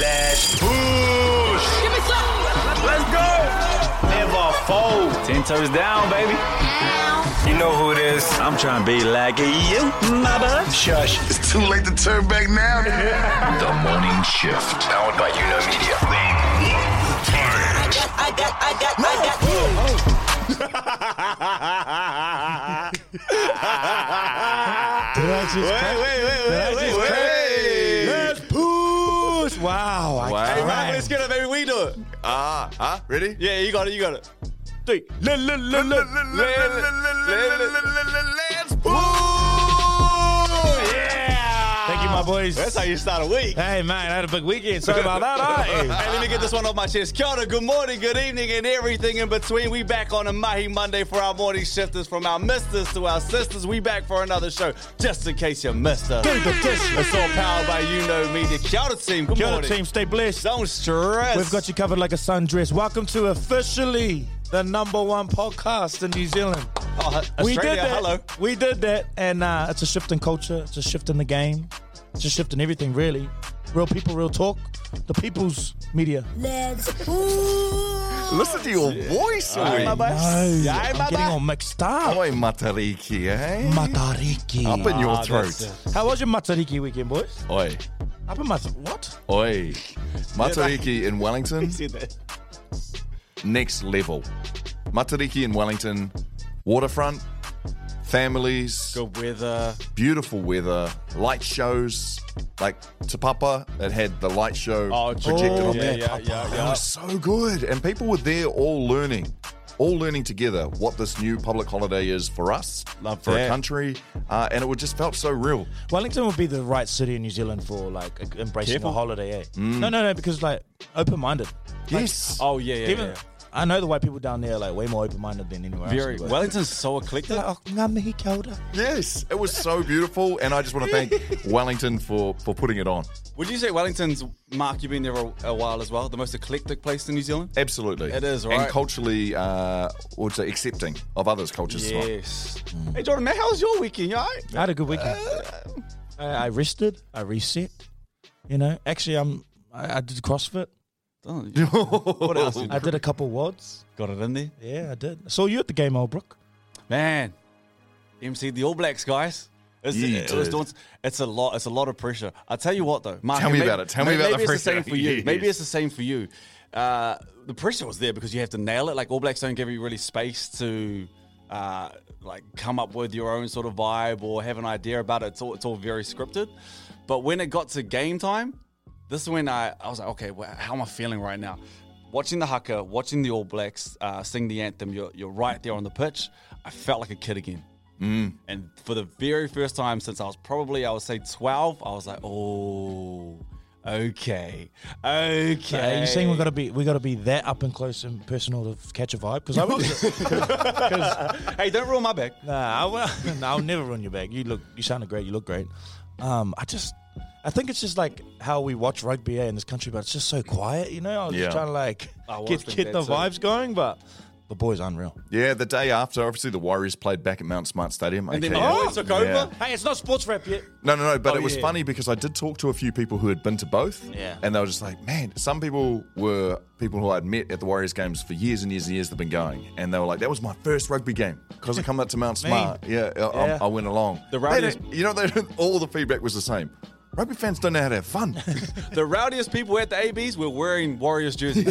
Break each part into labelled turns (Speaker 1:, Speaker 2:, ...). Speaker 1: Let's push. Give me something. Let's go. Never fold.
Speaker 2: Ten toes down, baby.
Speaker 1: You know who it is.
Speaker 2: I'm trying to be like you, mama.
Speaker 1: Shush.
Speaker 3: It's too late to turn back now. the morning shift, powered by Unimedia.
Speaker 4: I got, I got, I got.
Speaker 5: Did I just crack- did I just crack-
Speaker 6: Let's push.
Speaker 5: Wow. I
Speaker 2: Wow. All
Speaker 6: Hey, Michael,
Speaker 5: cried.
Speaker 6: let's get up, baby. We do it.
Speaker 3: Ah, uh, huh? Ready?
Speaker 6: Yeah, you got it. You got it. Three. La, la, la, la,
Speaker 3: Let's
Speaker 6: Ooh,
Speaker 3: push.
Speaker 6: yeah.
Speaker 5: Thank you, my boys.
Speaker 6: That's how you start a week.
Speaker 5: Hey, man, I had a big weekend. Sorry about that. aren't I?
Speaker 6: Hey, let me get this one off my chest. Kia ora, good morning, good evening, and everything in between. We back on a Mahi Monday for our morning shifters. From our misters to our sisters, we back for another show, just in case you missed us. It's all powered by You Know Media. Kia ora, team. Good
Speaker 5: Kia ora,
Speaker 6: morning.
Speaker 5: team. Stay blessed.
Speaker 6: Don't stress.
Speaker 5: We've got you covered like a sundress. Welcome to officially the number one podcast in New Zealand.
Speaker 6: Oh, Australia,
Speaker 5: we did that.
Speaker 6: hello.
Speaker 5: We did that, and uh, it's a shift in culture. It's a shift in the game. It's a shift in everything, really. Real people, real talk. The people's media.
Speaker 4: Let's push.
Speaker 3: Listen to your voice,
Speaker 6: Ai,
Speaker 3: oi.
Speaker 5: No,
Speaker 6: Yeah,
Speaker 5: I'm
Speaker 6: bye-bye.
Speaker 5: getting all mixed up.
Speaker 3: Oi, Matariki, eh?
Speaker 5: Matariki.
Speaker 3: Up in your
Speaker 6: Ah, that's
Speaker 3: throat.
Speaker 6: it.
Speaker 5: How was your Matariki weekend, boys?
Speaker 3: Oi,
Speaker 5: Up in my what?
Speaker 6: Oh,
Speaker 3: oi. Matariki in Wellington,
Speaker 6: See that?
Speaker 3: next level. Matariki in Wellington, waterfront, families,
Speaker 6: Good weather.
Speaker 3: beautiful weather, light shows. Like Tapapa, it had the light show
Speaker 6: Oh,
Speaker 3: projected
Speaker 6: oh,
Speaker 3: on
Speaker 6: yeah,
Speaker 3: there.
Speaker 6: yeah, yeah,
Speaker 3: That
Speaker 6: yeah.
Speaker 3: was so good. And people were there all learning, all learning together what this new public holiday is for us,
Speaker 6: Love
Speaker 3: for a
Speaker 6: that.
Speaker 3: country. Uh, and it would just felt so real.
Speaker 5: Wellington would be the right city in New Zealand for like e- embracing
Speaker 6: Careful. Mm.
Speaker 5: a holiday. Eh? No, no, no, because like open-minded.
Speaker 3: Yes.
Speaker 6: Oh, yeah, yeah,
Speaker 5: Even I know the white people down there are like way more open-minded than anywhere
Speaker 6: yeah.
Speaker 5: else.
Speaker 6: Very.
Speaker 5: in the world.
Speaker 6: Wellington's so eclectic.
Speaker 5: They're like, oh, ngā mihi kia ora."
Speaker 3: Yes, it was so beautiful, and I just want to thank Wellington for for putting it on.
Speaker 6: Would you say Wellington's, Mark, you've been there a, a while as well, the most eclectic place in New Zealand?
Speaker 3: Absolutely,
Speaker 6: It is,
Speaker 3: and
Speaker 6: right?
Speaker 3: culturally, uh, also accepting of others' cultures. as well.
Speaker 6: Yes. Hey, Jordan, man, how's your weekend? You all right?
Speaker 5: I had a good weekend. I, I rested. I reset. You know, actually, I'm. I, I did CrossFit.
Speaker 6: what else?
Speaker 5: I did a couple wads.
Speaker 6: Got it in there.
Speaker 5: Yeah, I did. I saw you at the game, old Brook.
Speaker 6: Man, MC the All Blacks, guys. It's,
Speaker 3: You
Speaker 6: it was
Speaker 3: did.
Speaker 6: daunts- it's a lot. It's a lot of pressure. I tell you what, though. Mark,
Speaker 3: Tell me
Speaker 6: maybe-
Speaker 3: about it. Tell me
Speaker 6: may-
Speaker 3: about the
Speaker 6: maybe it's
Speaker 3: pressure.
Speaker 6: the same for you.
Speaker 3: Yes.
Speaker 6: Maybe it's the same for you. Uh, the pressure was there because you have to nail it. Like All Blacks don't give you really space to uh, like come up with your own sort of vibe or have an idea about it. It's all, it's all very scripted. But when it got to game time, this is when I, I was like, okay, well, how am I feeling right now? Watching the haka, watching the All Blacks uh, sing the anthem, you're, you're right there on the pitch. I felt like a kid again. And for the very first time since I was probably, I would say 12, I was like, oh, okay, okay.
Speaker 5: Are you saying we gotta be we gotta be that up and close and personal to catch a vibe? Because I was.
Speaker 6: Hey, don't ruin my bag.
Speaker 5: Nah, I will, nah, I'll never ruin your bag. You look, you sounded great. You look great. Um, I just, I think it's just like how we watch rugby eh, in this country, but it's just so quiet. You know, I was
Speaker 3: Yeah.
Speaker 5: just trying to like
Speaker 6: I was
Speaker 5: get
Speaker 6: thinking
Speaker 5: get the
Speaker 6: that too.
Speaker 5: vibes going, but the boy's unreal.
Speaker 3: Yeah, the day after, obviously, the Warriors played back at Mount Smart Stadium.
Speaker 6: And then
Speaker 3: AKA.
Speaker 5: Oh,
Speaker 6: my boy took
Speaker 3: Yeah.
Speaker 6: over.
Speaker 5: Hey, it's not sports rap yet.
Speaker 3: No, no, no. But
Speaker 5: Oh,
Speaker 3: it was
Speaker 5: yeah.
Speaker 3: funny because I did talk to a few people who had been to both.
Speaker 6: Yeah.
Speaker 3: And they were just like, man, some people were people who I'd met at the Warriors games for years and years and years. They've been going, and they were like, that was my first rugby game because I come up to Mount Smart. Yeah, I, I-
Speaker 5: Yeah.
Speaker 3: I went along.
Speaker 6: The
Speaker 3: They
Speaker 6: Warriors-
Speaker 3: don't- you know, they don't- all the feedback was the same. Rugby fans don't know how to have fun.
Speaker 6: The rowdiest people at the ABs were wearing Warriors jerseys.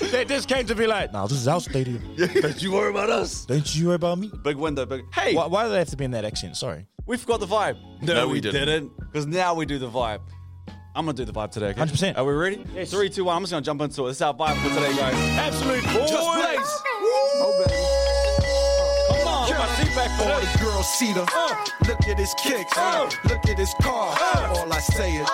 Speaker 5: They just came to be like, nah, this is our stadium.
Speaker 6: don't you worry about us.
Speaker 5: Don't you worry about me.
Speaker 6: Big window, big. Hey,
Speaker 5: Why, why do they have to be in that accent? Sorry,
Speaker 6: we forgot the vibe. No,
Speaker 3: we didn't.
Speaker 6: Because now we do the vibe. I'm gonna do the vibe today. okay?
Speaker 5: 100%.
Speaker 6: Are we ready?
Speaker 5: Yes.
Speaker 6: Three, two, one. I'm just gonna jump into it. This is our vibe for today, guys.
Speaker 5: absolute boys.
Speaker 6: Just plays. Come on, put my seat back
Speaker 7: All
Speaker 6: forward.
Speaker 7: the girls see the look at his kicks,
Speaker 6: Uh.
Speaker 7: look at his car. All I say is,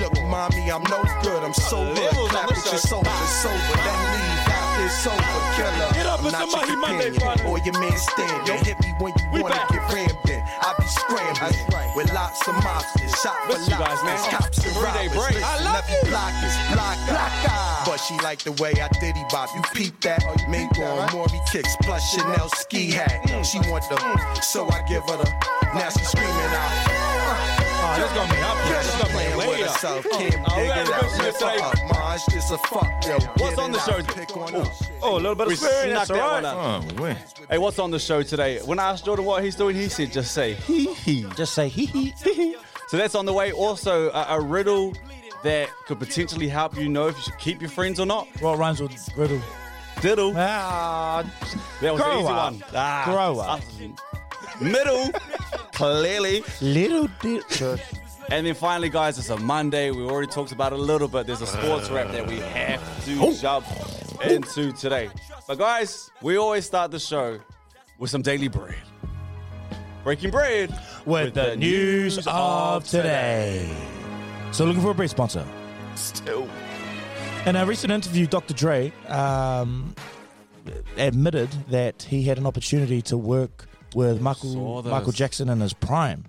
Speaker 7: look, mommy, I'm no good, I'm so good.
Speaker 6: Levels on
Speaker 7: Clap
Speaker 6: this
Speaker 7: at your
Speaker 6: show.
Speaker 7: sofa, sober, then leave after it's sober, killer.
Speaker 6: Get up,
Speaker 7: I'm
Speaker 6: it's
Speaker 7: not
Speaker 6: a
Speaker 7: your
Speaker 6: Mighty Monday,
Speaker 7: companion
Speaker 6: partner.
Speaker 7: or your man
Speaker 6: Yo.
Speaker 7: standing. Hit me when you
Speaker 6: We
Speaker 7: wanna
Speaker 6: back.
Speaker 7: get rammed in. I be scrambling with lots of mobsters, shot for
Speaker 6: Miss you guys, man.
Speaker 7: lobsters, cops and
Speaker 6: Three-day
Speaker 7: robbers.
Speaker 6: break. I
Speaker 7: Listen,
Speaker 6: love
Speaker 7: nothing block is block, block. But she liked the way I did he bop. You peep that?
Speaker 6: Oh,
Speaker 7: Mink on Maury kicks plus Chanel ski hat.
Speaker 6: Mm.
Speaker 7: She want the, so I give her the. Now she screaming "Ah." out.
Speaker 5: this gonna be up. here. This gonna be way up.
Speaker 7: South Camp.
Speaker 6: All right, let's
Speaker 7: nigga.
Speaker 6: go to the
Speaker 7: Fuck
Speaker 6: side.
Speaker 7: up, Maj, this a fuck, yo.
Speaker 6: What's
Speaker 7: Get
Speaker 6: on
Speaker 7: it
Speaker 6: the
Speaker 7: out,
Speaker 6: show?
Speaker 7: Pick on us.
Speaker 5: Oh, a little bit
Speaker 6: We
Speaker 5: of spirit.
Speaker 6: snuck
Speaker 5: That's
Speaker 6: that
Speaker 5: all
Speaker 6: one
Speaker 5: right.
Speaker 6: up.
Speaker 3: Oh, wait.
Speaker 6: Hey, what's on the show today? When I asked Jordan what he's doing, he said just say hee hee.
Speaker 5: Just say hee hee.
Speaker 6: So that's on the way. Also, a, a riddle that could potentially help you know if you should keep your friends or not.
Speaker 5: What rhymes with riddle?
Speaker 6: Diddle. That
Speaker 5: Ah,
Speaker 6: was an
Speaker 5: grow
Speaker 6: easy
Speaker 5: up.
Speaker 6: one. Ah,
Speaker 5: Grow up.
Speaker 6: Middle, clearly.
Speaker 5: little bit.
Speaker 6: And then finally, guys, it's a Monday. We already talked about it a little bit. There's a sports wrap that we have to jump into today. But guys, we always start the show with some daily bread. Breaking bread
Speaker 5: With the news of today. So, looking for a bread sponsor.
Speaker 3: Still.
Speaker 5: In a recent interview, Dr. Dre um, admitted that he had an opportunity to work with
Speaker 6: Saw
Speaker 5: Michael,
Speaker 6: this.
Speaker 5: Michael Jackson in his prime.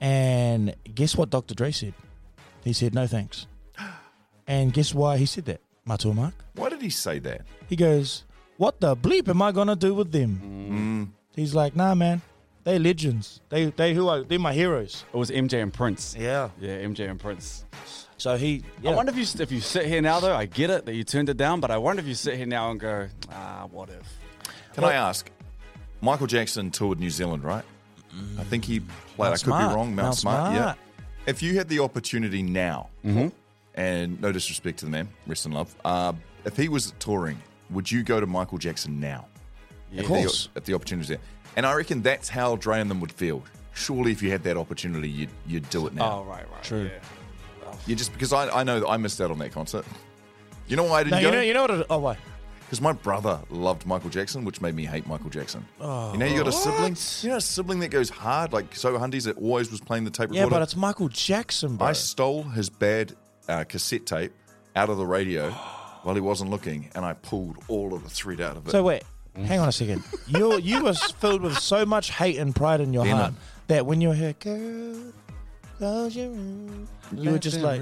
Speaker 5: And guess what Dr. Dre said? He said, no thanks. And guess why he said that, Matua Mark?
Speaker 3: Why did he say that?
Speaker 5: He goes, What the bleep am I gonna do with them? He's like, Nah, man, they legends. They they who are they're my heroes.
Speaker 6: It was MJ and Prince.
Speaker 5: Yeah.
Speaker 6: Yeah, MJ and Prince.
Speaker 5: So he, yeah.
Speaker 6: I wonder if you if you sit here now though. I get it that you turned it down, but I wonder if you sit here now and go, ah, what if?
Speaker 3: Can I ask? Michael Jackson toured New Zealand, right? I think he played.
Speaker 5: Mount
Speaker 3: I could
Speaker 5: Smart.
Speaker 3: be wrong. Mount,
Speaker 5: Mount
Speaker 3: Smart.
Speaker 5: Smart.
Speaker 3: Yeah. If you had the opportunity now, and no disrespect to the man, rest in love. Uh, if he was touring, would you go to Michael Jackson now?
Speaker 6: Yeah.
Speaker 3: If the- if the opportunity's there, and I reckon that's how Dre and them would feel. Surely, if you had that opportunity, you'd you'd do it now.
Speaker 6: Oh right, right.
Speaker 5: True.
Speaker 6: yeah.
Speaker 3: You just because I, I know that I missed out on that concert. You know why I
Speaker 5: No,
Speaker 3: didn't
Speaker 5: you
Speaker 3: go?
Speaker 5: know, you know what? It, oh, wait.
Speaker 3: Because my brother loved Michael Jackson, which made me hate Michael Jackson. you know, you got
Speaker 5: Oh.
Speaker 3: a sibling. You know, a sibling that goes hard, like so. Hundies that always was playing the tape
Speaker 5: Yeah,
Speaker 3: recorder.
Speaker 5: but it's Michael Jackson, bro.
Speaker 3: I stole his bad uh, cassette tape out of the radio while he wasn't looking, and I pulled all of the thread out of it.
Speaker 5: so wait, hang on a second. You you was filled with so much hate and pride in your
Speaker 3: Venom.
Speaker 5: heart that when you were here, girl, close your room, you were just like,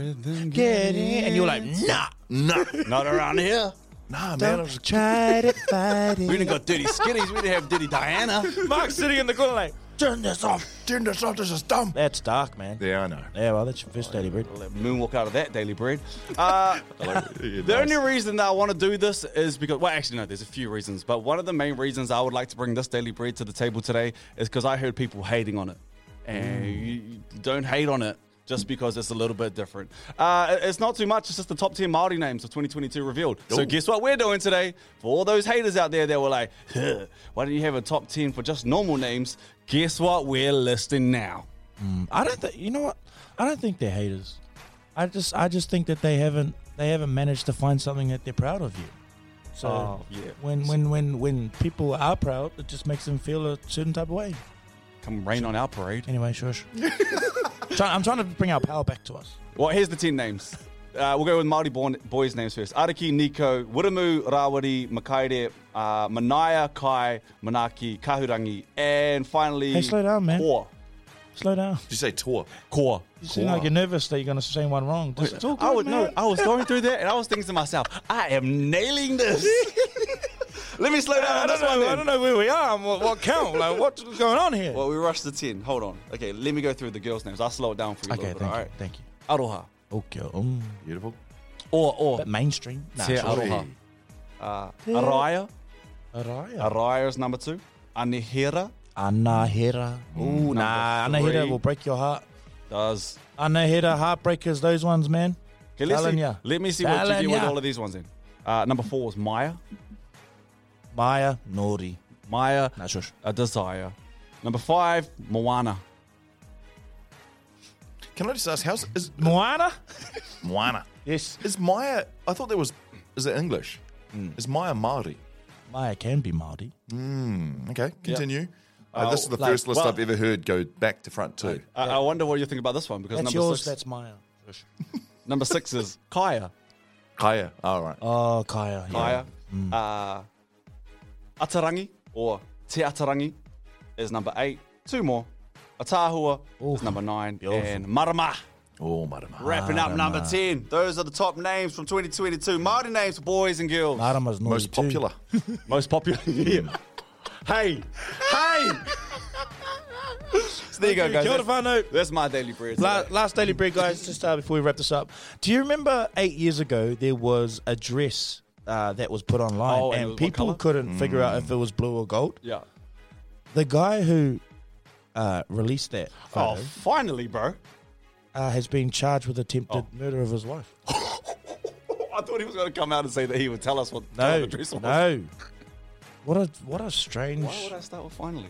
Speaker 5: get in, and you were like, nah,
Speaker 3: nah,
Speaker 6: Not around here.
Speaker 3: nah, man. I was
Speaker 5: don't try to fight
Speaker 6: We
Speaker 5: it.
Speaker 6: didn't got Dirty Skinnies. We didn't have Dirty Diana.
Speaker 5: Mark sitting in the corner like, turn this off.
Speaker 3: Dude, this off, this is dumb.
Speaker 5: That's dark, man.
Speaker 3: Yeah, I know.
Speaker 5: Yeah, well, that's your first daily bread.
Speaker 6: Moonwalk out of that daily bread. Uh, The only reason that I want to do this is because, well, actually, no, there's a few reasons, but one of the main reasons I would like to bring this daily bread to the table today is because I heard people hating on it. And you, you don't hate on it just because it's a little bit different. Uh, it- it's not too much, it's just the top 10 Māori names of 2022 revealed. So, guess what we're doing today? For all those haters out there that were like, "Huh, why don't you have a top 10 for just normal names? Guess what we're listing now?
Speaker 5: I don't think you know what. I don't think they're haters. I just, I just think that they haven't, they haven't managed to find something that they're proud of you. So
Speaker 6: Oh, yeah.
Speaker 5: when, when, when, when people are proud, it just makes them feel a certain type of way.
Speaker 6: Come rain on our parade.
Speaker 5: Anyway, shush. Try- I'm trying to bring our power back to us.
Speaker 6: Well, here's the 10 names. Uh, we'll go with Māori born boys' names first. Araki, Nico, Wiramu, Rawari, Makaire, uh, Manaya, Kai, Manaki, Kahurangi, and finally...
Speaker 5: Hey, slow down, man.
Speaker 6: Kor.
Speaker 5: Slow down.
Speaker 3: Did you say tour?
Speaker 6: Kor.
Speaker 5: You seem like you're nervous that you're going to say one wrong. Just, it's all good,
Speaker 6: I would
Speaker 5: man.
Speaker 6: know. I was going through that, and I was thinking to myself, I am nailing this. Let me slow down
Speaker 5: I
Speaker 6: on this
Speaker 5: don't
Speaker 6: one
Speaker 5: know. I
Speaker 6: then.
Speaker 5: don't know where we are. and What, what count? Like, what's going on here?
Speaker 6: Well, we rushed the 10. Hold on. Okay, let me go through the girls' names. I'll slow it down for you
Speaker 5: okay,
Speaker 6: a little
Speaker 5: thank you.
Speaker 6: bit,
Speaker 5: Thank you.
Speaker 6: all right? Aroha.
Speaker 5: Okay. Um,
Speaker 3: Beautiful.
Speaker 6: Or, or,
Speaker 5: but mainstream. Nah,
Speaker 6: Te
Speaker 5: sure.
Speaker 6: Aroha. Uh, Araya.
Speaker 5: Araya.
Speaker 6: Araya is number two. Anihira.
Speaker 5: Anahera. Ooh, nah.
Speaker 6: number
Speaker 5: Anahera
Speaker 6: three.
Speaker 5: will break your heart.
Speaker 6: Does.
Speaker 5: Anahera, heartbreakers, those ones, man.
Speaker 6: Okay, let's
Speaker 5: Telling
Speaker 6: see,
Speaker 5: ya.
Speaker 6: let me see what you
Speaker 5: Telling
Speaker 6: get with
Speaker 5: ya.
Speaker 6: all of these ones in. Uh, number four was Maya.
Speaker 5: Maya, Nori.
Speaker 6: Maya,
Speaker 5: Nah, shush.
Speaker 6: a desire. Number five, Moana.
Speaker 3: Can I just ask, how's is
Speaker 5: Moana?
Speaker 3: Moana?
Speaker 5: Yes.
Speaker 3: Is Maya? I thought that was. Is it English?
Speaker 5: Hmm.
Speaker 3: Is Maya Maori?
Speaker 5: Maya can be Māori.
Speaker 3: Okay, continue. Uh, this is the
Speaker 5: like-
Speaker 3: first list
Speaker 5: well-
Speaker 3: I've ever heard go back to front too.
Speaker 6: Uh, I, I wonder what you think about this one because
Speaker 5: That's
Speaker 6: number
Speaker 5: yours,
Speaker 6: six,
Speaker 5: that's Maya.
Speaker 6: number six is Kaya.
Speaker 3: Kaya, all right.
Speaker 5: Oh, Kaya. Yeah.
Speaker 6: Kaya, uh, Atarangi or Te Atarangi is number eight. Two more. Atahua is number nine, and Marama.
Speaker 3: Oh, Marama.
Speaker 6: Wrapping up number ten. Those are the top names from 2022. Māori names for boys and girls.
Speaker 5: Marama's Nori
Speaker 3: Most
Speaker 5: too.
Speaker 3: popular.
Speaker 6: Most popular. yeah. Hey, hey. there you go, guys.
Speaker 5: Kia ora whanau.
Speaker 6: That's, that's my daily bread.
Speaker 5: La-
Speaker 6: today.
Speaker 5: last daily bread, guys. Just uh, before we wrap this up, do you remember eight years ago there was a dress uh, that was put online
Speaker 6: Oh, and it
Speaker 5: and
Speaker 6: was what Mm.
Speaker 5: people
Speaker 6: colour?
Speaker 5: couldn't figure out if it was blue or gold?
Speaker 6: yeah.
Speaker 5: The guy who uh, released that
Speaker 6: Oh,
Speaker 5: photo
Speaker 6: finally, bro.
Speaker 5: uh, has been charged with attempted
Speaker 6: Oh.
Speaker 5: murder of his wife.
Speaker 6: I thought he was going to come out and say that he would tell us what the colour
Speaker 5: No,
Speaker 6: the dress was.
Speaker 5: no. What a what a strange
Speaker 6: Why would I start with finally?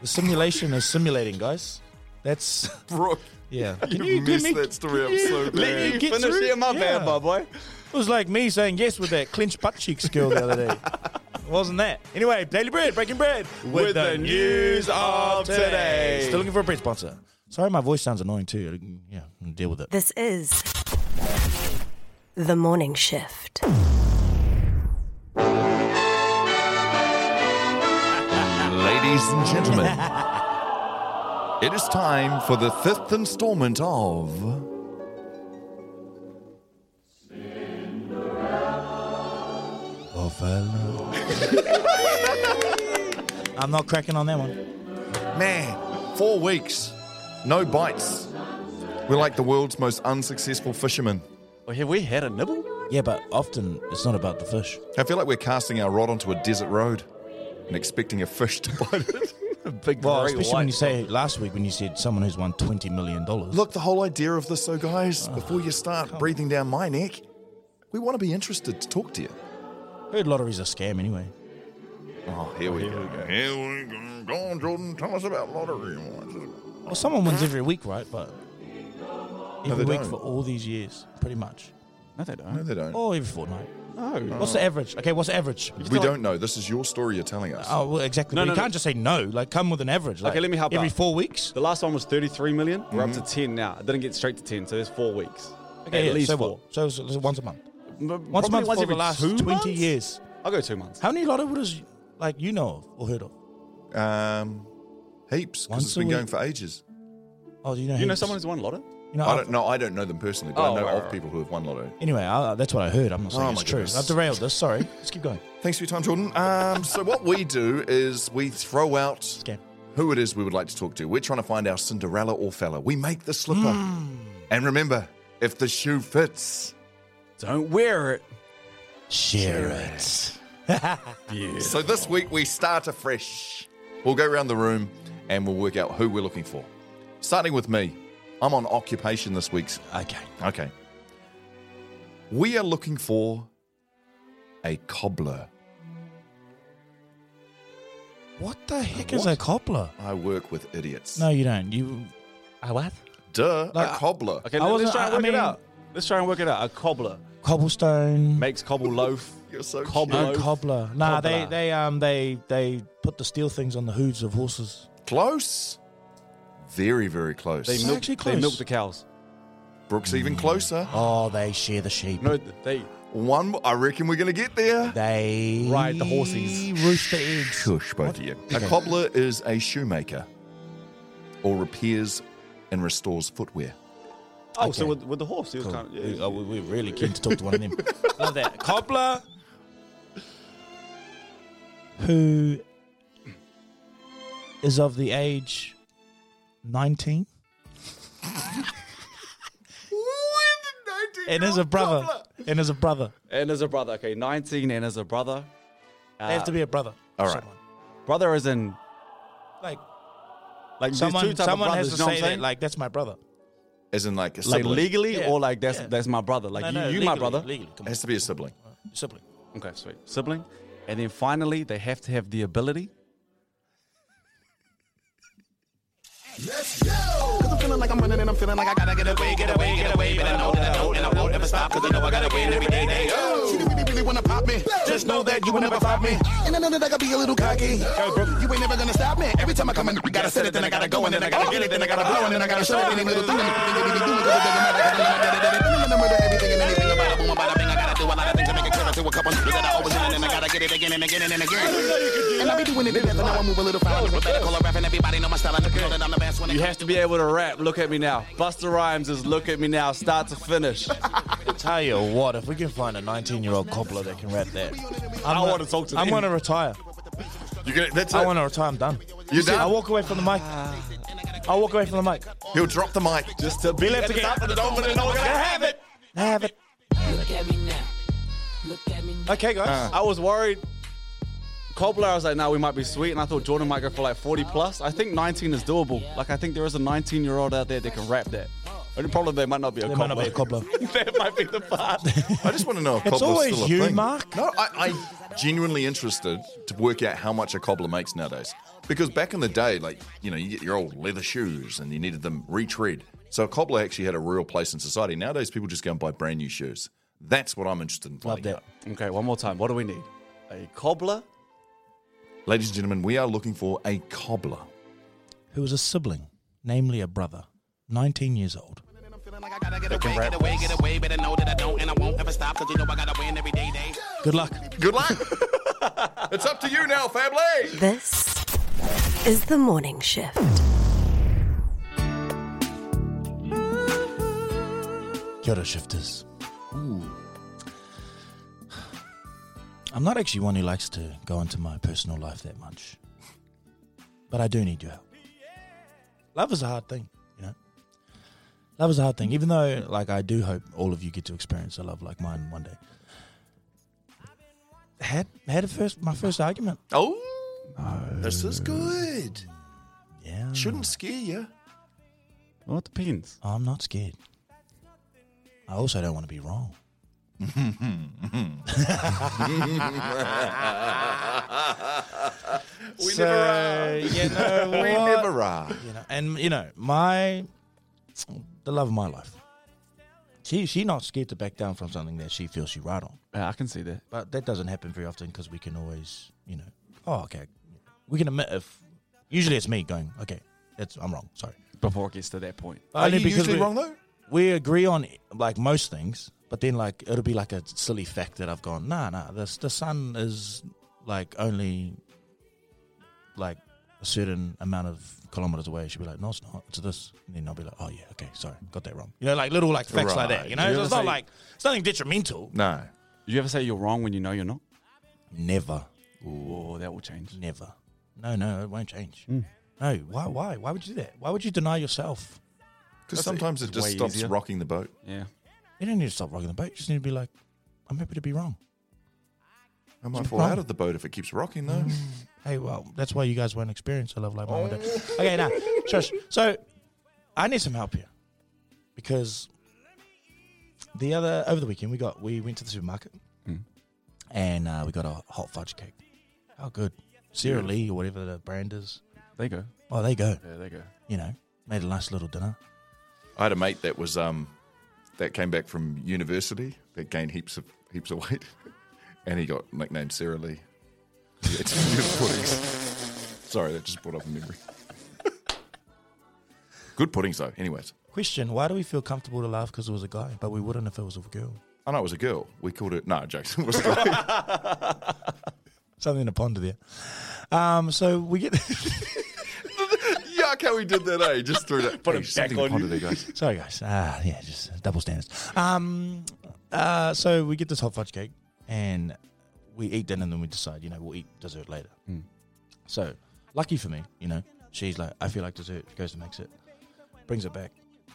Speaker 5: the simulation is simulating, guys. That's
Speaker 3: Brooke,
Speaker 5: yeah.
Speaker 3: you,
Speaker 5: Can give
Speaker 3: messed that story up so bad.
Speaker 5: Let me get
Speaker 6: Finish
Speaker 5: through?
Speaker 6: here, my
Speaker 5: Yeah.
Speaker 6: bad, my boy.
Speaker 5: It was like me saying yes with that clenched butt cheeks girl the other day. Wasn't that? Anyway, Daily Bread, breaking bread with,
Speaker 6: the news of today.
Speaker 5: Still looking for a bread sponsor. Sorry, my voice sounds annoying too. Yeah, deal with it.
Speaker 8: This is The Morning Shift.
Speaker 3: Ladies and gentlemen, it is time for the fifth installment of.
Speaker 5: I'm not cracking on that one.
Speaker 3: Man, four weeks, no bites. We're like the world's most unsuccessful fishermen.
Speaker 6: Well, have we had a nibble?
Speaker 5: Yeah, but often it's not about the fish.
Speaker 3: I feel like we're casting our rod onto a desert road and expecting a fish to bite it.
Speaker 6: Big
Speaker 5: Well,
Speaker 6: grey
Speaker 5: especially
Speaker 6: white.
Speaker 5: when you say last week when you said someone who's won twenty million dollars.
Speaker 3: Look, the whole idea of this, so guys, before you start breathing down my neck, we want to be interested to talk to you.
Speaker 5: heard lotteries are a scam anyway.
Speaker 3: Oh, here we go. Here we go. Go on, Jordan. Tell us about lottery.
Speaker 5: Well, someone wins every week, right? But
Speaker 3: they
Speaker 5: every week
Speaker 3: don't.
Speaker 5: for all these years, pretty much,
Speaker 6: No, they
Speaker 3: No,
Speaker 6: don't.
Speaker 3: they don't.
Speaker 5: Oh, every fortnight.
Speaker 6: No.
Speaker 5: What's the average? Okay, what's the average?
Speaker 3: we don't know. This is your story you're telling us.
Speaker 5: Oh, well, exactly.
Speaker 6: No,
Speaker 5: But
Speaker 6: no,
Speaker 5: you
Speaker 6: no.
Speaker 5: can't just say no. Like, come with an average. Like,
Speaker 6: Okay, let me help
Speaker 5: Every
Speaker 6: out.
Speaker 5: four weeks.
Speaker 6: The last one was 33 million. We're up to
Speaker 5: Mm-hmm.
Speaker 6: 10 now. I didn't get straight to 10, so there's four weeks.
Speaker 5: Okay,
Speaker 6: at
Speaker 5: yeah,
Speaker 6: least
Speaker 5: so
Speaker 6: four.
Speaker 5: what? So, it's- it's once a month.
Speaker 6: M-
Speaker 5: Once
Speaker 6: probably
Speaker 5: a month for
Speaker 6: every
Speaker 5: the last
Speaker 6: two
Speaker 5: twenty
Speaker 6: months?
Speaker 5: years.
Speaker 6: I'll go two months.
Speaker 5: How many lotto winners like you know of or heard of?
Speaker 3: Um, heaps,
Speaker 5: Oh.
Speaker 3: because
Speaker 5: Once
Speaker 3: it's
Speaker 5: a
Speaker 3: been
Speaker 5: week.
Speaker 3: going for ages.
Speaker 5: Oh, do you know?
Speaker 6: You know
Speaker 5: heaps?
Speaker 6: someone who's won lotto?
Speaker 5: You know,
Speaker 3: I don't know. I don't know them personally, but
Speaker 6: Oh,
Speaker 3: I know
Speaker 6: right,
Speaker 3: of
Speaker 6: right.
Speaker 3: people who have won lotto.
Speaker 5: Anyway, I, that's what I heard. I'm not saying
Speaker 3: Oh,
Speaker 5: it's
Speaker 3: my
Speaker 5: true.
Speaker 3: goodness.
Speaker 5: I've derailed this. Sorry. Let's keep going.
Speaker 3: Thanks for your time, Jordan. Um, so what we do is we throw out
Speaker 5: Scam.
Speaker 3: who it is we would like to talk to. We're trying to find our Cinderella or fella. We make the slipper,
Speaker 5: Hmm.
Speaker 3: and remember, if the shoe fits.
Speaker 6: Don't wear it.
Speaker 5: Share it.
Speaker 3: So this week we start afresh. We'll go around the room and we'll work out who we're looking for. Starting with me, I'm on occupation this week's.
Speaker 5: Okay.
Speaker 3: Okay. We are looking for a cobbler.
Speaker 5: What the heck is a cobbler?
Speaker 3: I work with idiots.
Speaker 5: No, you don't. You. A what?
Speaker 3: Duh,
Speaker 5: Like,
Speaker 3: a cobbler.
Speaker 6: Okay,
Speaker 5: I
Speaker 6: let-
Speaker 5: wasn't-
Speaker 6: let's try
Speaker 5: I-
Speaker 6: and
Speaker 5: I
Speaker 6: work
Speaker 5: mean-
Speaker 6: it out. Let's try and work it out. A cobbler
Speaker 5: Cobblestone.
Speaker 6: makes cobble loaf.
Speaker 3: You're so cute.
Speaker 6: Cobbler.
Speaker 5: No, cobbler. Nah, they
Speaker 6: Cobbler.
Speaker 5: they um they they put the steel things on the hooves of horses.
Speaker 3: Close. Very, very close.
Speaker 6: They milk,
Speaker 5: actually
Speaker 6: they
Speaker 5: close.
Speaker 6: milk the cows.
Speaker 3: Brooks even closer.
Speaker 5: Oh, they shear the sheep.
Speaker 6: No, they.
Speaker 3: One, I reckon we're going to get there.
Speaker 5: They
Speaker 6: Ride the horses.
Speaker 5: Roost the eggs.
Speaker 3: Tush, both of you. A cobbler is a shoemaker or repairs and restores footwear.
Speaker 6: Oh, so
Speaker 5: Okay.
Speaker 6: with, with the horse, he was kind of. Yeah,
Speaker 5: Oh, we- we're really keen to talk to one of them. Love that cobbler. Who is of the age nineteen? And is a brother. And is a brother.
Speaker 6: And as a brother, okay, 19 and as a brother.
Speaker 5: They have to
Speaker 6: Uh,
Speaker 5: be a brother.
Speaker 3: all right.
Speaker 5: Someone.
Speaker 6: Brother is in.
Speaker 5: Like
Speaker 6: Like, there's two
Speaker 5: someone,
Speaker 6: type of
Speaker 5: someone
Speaker 6: brothers,
Speaker 5: has
Speaker 6: you
Speaker 5: to
Speaker 6: know what I'm
Speaker 5: say that.
Speaker 6: saying?
Speaker 5: Like that's my brother.
Speaker 3: As in, like, a
Speaker 6: like
Speaker 3: sibling.
Speaker 6: legally
Speaker 5: Yeah,
Speaker 6: or like that's
Speaker 5: yeah.
Speaker 6: that's my brother like
Speaker 5: No,
Speaker 6: you,
Speaker 5: no,
Speaker 6: you my
Speaker 5: legally,
Speaker 6: brother
Speaker 5: Legally, come
Speaker 3: It
Speaker 5: on.
Speaker 3: has to be a sibling.
Speaker 5: Sibling.
Speaker 6: okay sweet sibling and then finally they have to have the ability
Speaker 9: She really, really wanna pop me. Just know that you will never pop me. And I know that I gotta be a little cocky. You ain't never gonna stop me. Every time I come in, gotta set it, then I gotta go, and then I gotta get it, then I gotta blow, and then I gotta show it. Any little thing, anything that we can do, 'cause it doesn't matter, 'cause I'm not dead, dead, dead. I'm murder everything and anything about it. Boom, bada bing, I gotta do a lot of things to make it clear to a couple niggas that I always win, and then I gotta get it again and again and again. And I be doing it to death, and now I move a little foul. Alphabetical, I'm rapping, everybody know my style, and they know that I'm the best when it
Speaker 6: you have to be able to rap look at me now buster rhymes is look at me now start to finish
Speaker 5: Tell you what, if we can find a 19-year-old cobbler that can rap that, I'm
Speaker 6: wanna talk to
Speaker 5: I'm
Speaker 6: them.
Speaker 5: going to retire.
Speaker 3: You're gonna, that's
Speaker 5: I
Speaker 3: it.
Speaker 5: want to retire. I'm done.
Speaker 3: You're
Speaker 5: See,
Speaker 3: done?
Speaker 5: I walk away from the mic. I'll walk away from the mic.
Speaker 3: He'll drop the mic. Just to
Speaker 6: Be left again.
Speaker 5: Have it. Okay, guys.
Speaker 6: I was worried. Cobbler, I was like, now we might be sweet. And I thought Jordan might go for like 40 plus. I think 19 is doable. Like, I think there is a 19 year old out there that can rap that. Only problem, they might not be a
Speaker 5: They might
Speaker 6: cobbler.
Speaker 5: not be a cobbler.
Speaker 6: that might be the part.
Speaker 3: I just want to know if cobbler's
Speaker 5: always
Speaker 3: still a
Speaker 5: you,
Speaker 3: thing.
Speaker 5: Mark.
Speaker 3: No, I, I genuinely interested to work out how much a cobbler makes nowadays. Because back in the day, like, you know, you get your old leather shoes and you needed them retread. So a cobbler actually had a real place in society. Nowadays, people just go and buy brand new shoes. That's what I'm interested in
Speaker 5: Love
Speaker 3: finding
Speaker 5: that.
Speaker 3: out.
Speaker 6: okay, one more time. What do we need? A cobbler?
Speaker 3: Ladies and gentlemen, we are looking for a cobbler.
Speaker 5: Who was a sibling, namely a brother, 19 years old. Good luck.
Speaker 3: Good luck. it's up to you now, family.
Speaker 8: This is the morning shift.
Speaker 5: Kia ora, shifters. I'm not actually one who likes to go into my personal life that much, but I do need your help. Love is a hard thing, you know. Love is a hard thing, even though, like, I do hope all of you get to experience a love like mine one day. Had had a first my first argument.
Speaker 3: Oh, this is good.
Speaker 5: Yeah,
Speaker 3: Shouldn't scare you.
Speaker 6: Well, it depends.
Speaker 5: I'm not scared. I also don't want to be wrong. we never you know
Speaker 3: We
Speaker 5: what?
Speaker 3: never are.
Speaker 5: You know, and you know my the love of my life. She she not scared to back down from something that she feels she right on,
Speaker 6: Yeah, I can see that.
Speaker 5: but that doesn't happen very often because we can always you know oh okay we can admit if usually it's me going okay that's I'm wrong sorry
Speaker 6: Before it gets to that point.
Speaker 3: Are
Speaker 5: Only
Speaker 3: you
Speaker 5: because
Speaker 3: usually
Speaker 5: we-
Speaker 3: wrong though?
Speaker 5: we agree on like most things, but then like it'll be like a silly fact that I've gone, nah, nah. This the sun is like only like a certain amount of kilometers away. She'll be like, no, it's not. It's this. And then I'll be like, oh yeah, okay, sorry, got that wrong. You know, like little like facts like that.
Speaker 3: Right.
Speaker 5: You know,
Speaker 6: You
Speaker 5: so it's
Speaker 6: ever
Speaker 5: not
Speaker 6: say-
Speaker 5: like it's nothing detrimental.
Speaker 3: No.
Speaker 6: Did you ever say you're wrong when you know you're not?
Speaker 5: Never,
Speaker 6: Oh, that will change.
Speaker 5: never. No, no, it won't change. No, why, why, why would you do that? Why would you deny yourself?
Speaker 3: Because sometimes it just
Speaker 6: way
Speaker 3: stops
Speaker 6: easier.
Speaker 3: rocking the boat.
Speaker 6: Yeah.
Speaker 5: You don't need to stop rocking the boat. You just need to be like, I'm happy to be wrong.
Speaker 3: I might fall out of the boat if it keeps rocking though.
Speaker 5: Hey, well, that's why you guys won't experience a love like mine. would. Okay, now, shush. So, I need some help here because the other over the weekend we got we went to the supermarket and uh, we got a hot fudge cake. Oh, good, Sara Lee or whatever the brand is.
Speaker 6: There you go.
Speaker 5: Oh, there you go.
Speaker 6: Yeah, there you go.
Speaker 5: You know, made a nice little dinner.
Speaker 3: I had a mate that was um that came back from university that gained heaps of heaps of weight, and he got nicknamed Sarah Lee. Yeah, it's beautiful puddings. Sorry, that just brought up a memory. Good puddings though. Anyways,
Speaker 5: Question: Why do we feel comfortable to laugh because it was a guy, but we wouldn't if it was a girl?
Speaker 3: I know it was a girl. We called it no jokes. It was a girl.
Speaker 5: Something to ponder there. Um, so we get.
Speaker 3: Yuck! How we did that? Eh? Just threw that. Put
Speaker 6: it back on you.
Speaker 3: There, guys.
Speaker 5: Sorry, guys. Ah, yeah, just double standards. Um, uh, so we get this hot fudge cake, and we eat dinner, and then we decide, you know, we'll eat dessert later. So lucky for me, you know, she's like, I feel like dessert. She goes and makes it, brings it back.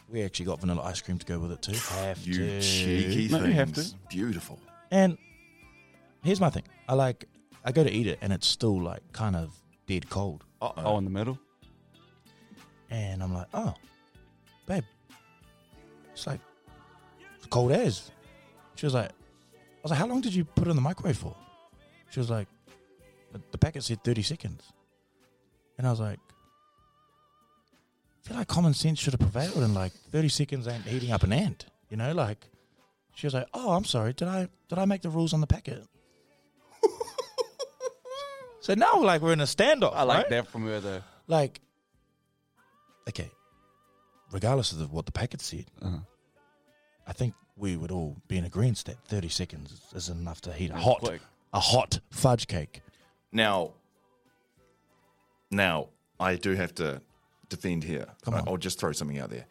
Speaker 5: We actually got vanilla ice cream to go with it too. Have
Speaker 3: You
Speaker 5: to.
Speaker 3: cheeky
Speaker 6: No,
Speaker 3: things.
Speaker 6: you have
Speaker 3: Beautiful.
Speaker 5: And here's my thing. I like, I go to eat it, and it's still like kind of dead cold.
Speaker 3: Uh
Speaker 6: Oh, in the middle?
Speaker 5: And I'm like, oh, babe, it's like it's cold as. She was like, I was like, how long did you put it in the microwave for? She was like, the, the packet said 30 seconds. And I was like, I feel like common sense should have prevailed and like 30 seconds ain't heating up an ant. You know, like she was like, oh, I'm sorry. Did I did I make the rules on the packet? so now like we're in a standoff.
Speaker 6: I like
Speaker 5: right?
Speaker 6: that from where the.
Speaker 5: like okay regardless of the, what the packet said i think we would all be in agreement that 30 seconds is enough to heat a hot
Speaker 6: quick.
Speaker 5: a hot fudge cake
Speaker 3: Now, now I do have to defend here.
Speaker 5: Come on.
Speaker 3: I'll just throw something out there.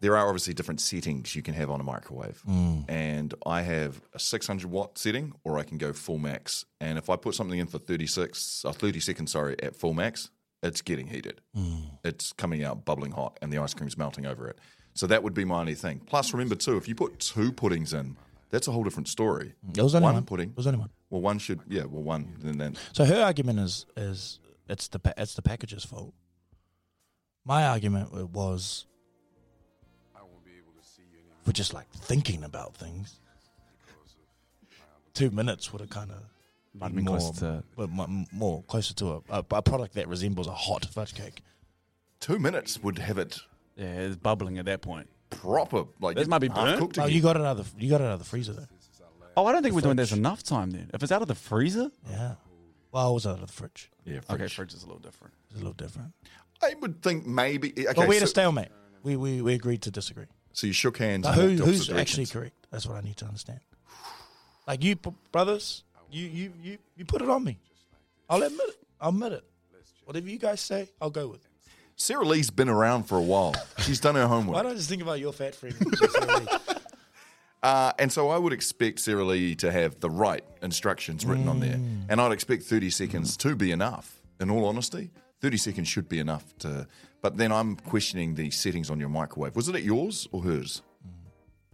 Speaker 3: There are obviously different settings you can have on a microwave,
Speaker 5: Mm.
Speaker 3: and I have a 600 watt setting, or I can go full max. And if I put something in for 36, uh, 30 seconds, sorry, at full max, it's getting heated.
Speaker 5: Mm.
Speaker 3: It's coming out bubbling hot and the ice cream's melting over it. So that would be my only thing. Plus, remember too, if you put two puddings in, that's a whole different story.
Speaker 5: It was only one,
Speaker 3: pudding.
Speaker 5: It was only one.
Speaker 3: Well, one should, yeah, well, one. And then
Speaker 5: So her argument is is it's the pa- it's the package's fault. My argument wa- was for just like thinking about things. Two minutes would have kind of
Speaker 6: Might have been
Speaker 5: more,
Speaker 6: closer to-
Speaker 5: well, mu- more closer to a, a, a product that resembles a hot fudge cake.
Speaker 3: two minutes would have it
Speaker 6: Yeah, it's bubbling at that point.
Speaker 3: proper. Like
Speaker 6: This might be
Speaker 3: half
Speaker 6: burnt.
Speaker 3: cooked
Speaker 5: No,
Speaker 3: again.
Speaker 5: Oh, you got it out of the, you got it out of the freezer though.
Speaker 6: Oh, I don't think we're doing this enough time then. If it's out of the freezer,
Speaker 5: Yeah. Well, it was out of the fridge.
Speaker 3: yeah,
Speaker 6: okay,
Speaker 3: fridge.
Speaker 6: fridge is a little different.
Speaker 5: It's a little different.
Speaker 3: I would think maybe. Okay,
Speaker 5: but we had
Speaker 3: so,
Speaker 5: a stalemate. We, we we agreed to disagree.
Speaker 3: so you shook hands.
Speaker 5: But
Speaker 3: and
Speaker 5: who,
Speaker 3: walked opposite
Speaker 5: who's actually
Speaker 3: directions.
Speaker 5: correct? That's what I need to understand. Like you, p- brothers, you you you you put it on me. I'll admit it. I'll admit it. Whatever you guys say, I'll go with.
Speaker 3: Sarah Lee's been around for a while. She's done her homework.
Speaker 5: Why don't I just think about your fat friend? which is already-
Speaker 3: Uh, and so I would expect Sara Lee to have the right instructions written on there.
Speaker 5: Mm.
Speaker 3: And I'd expect 30 seconds to be enough, in all honesty. 30 seconds should be enough to. But then I'm questioning the settings on your microwave. Was it at yours or hers?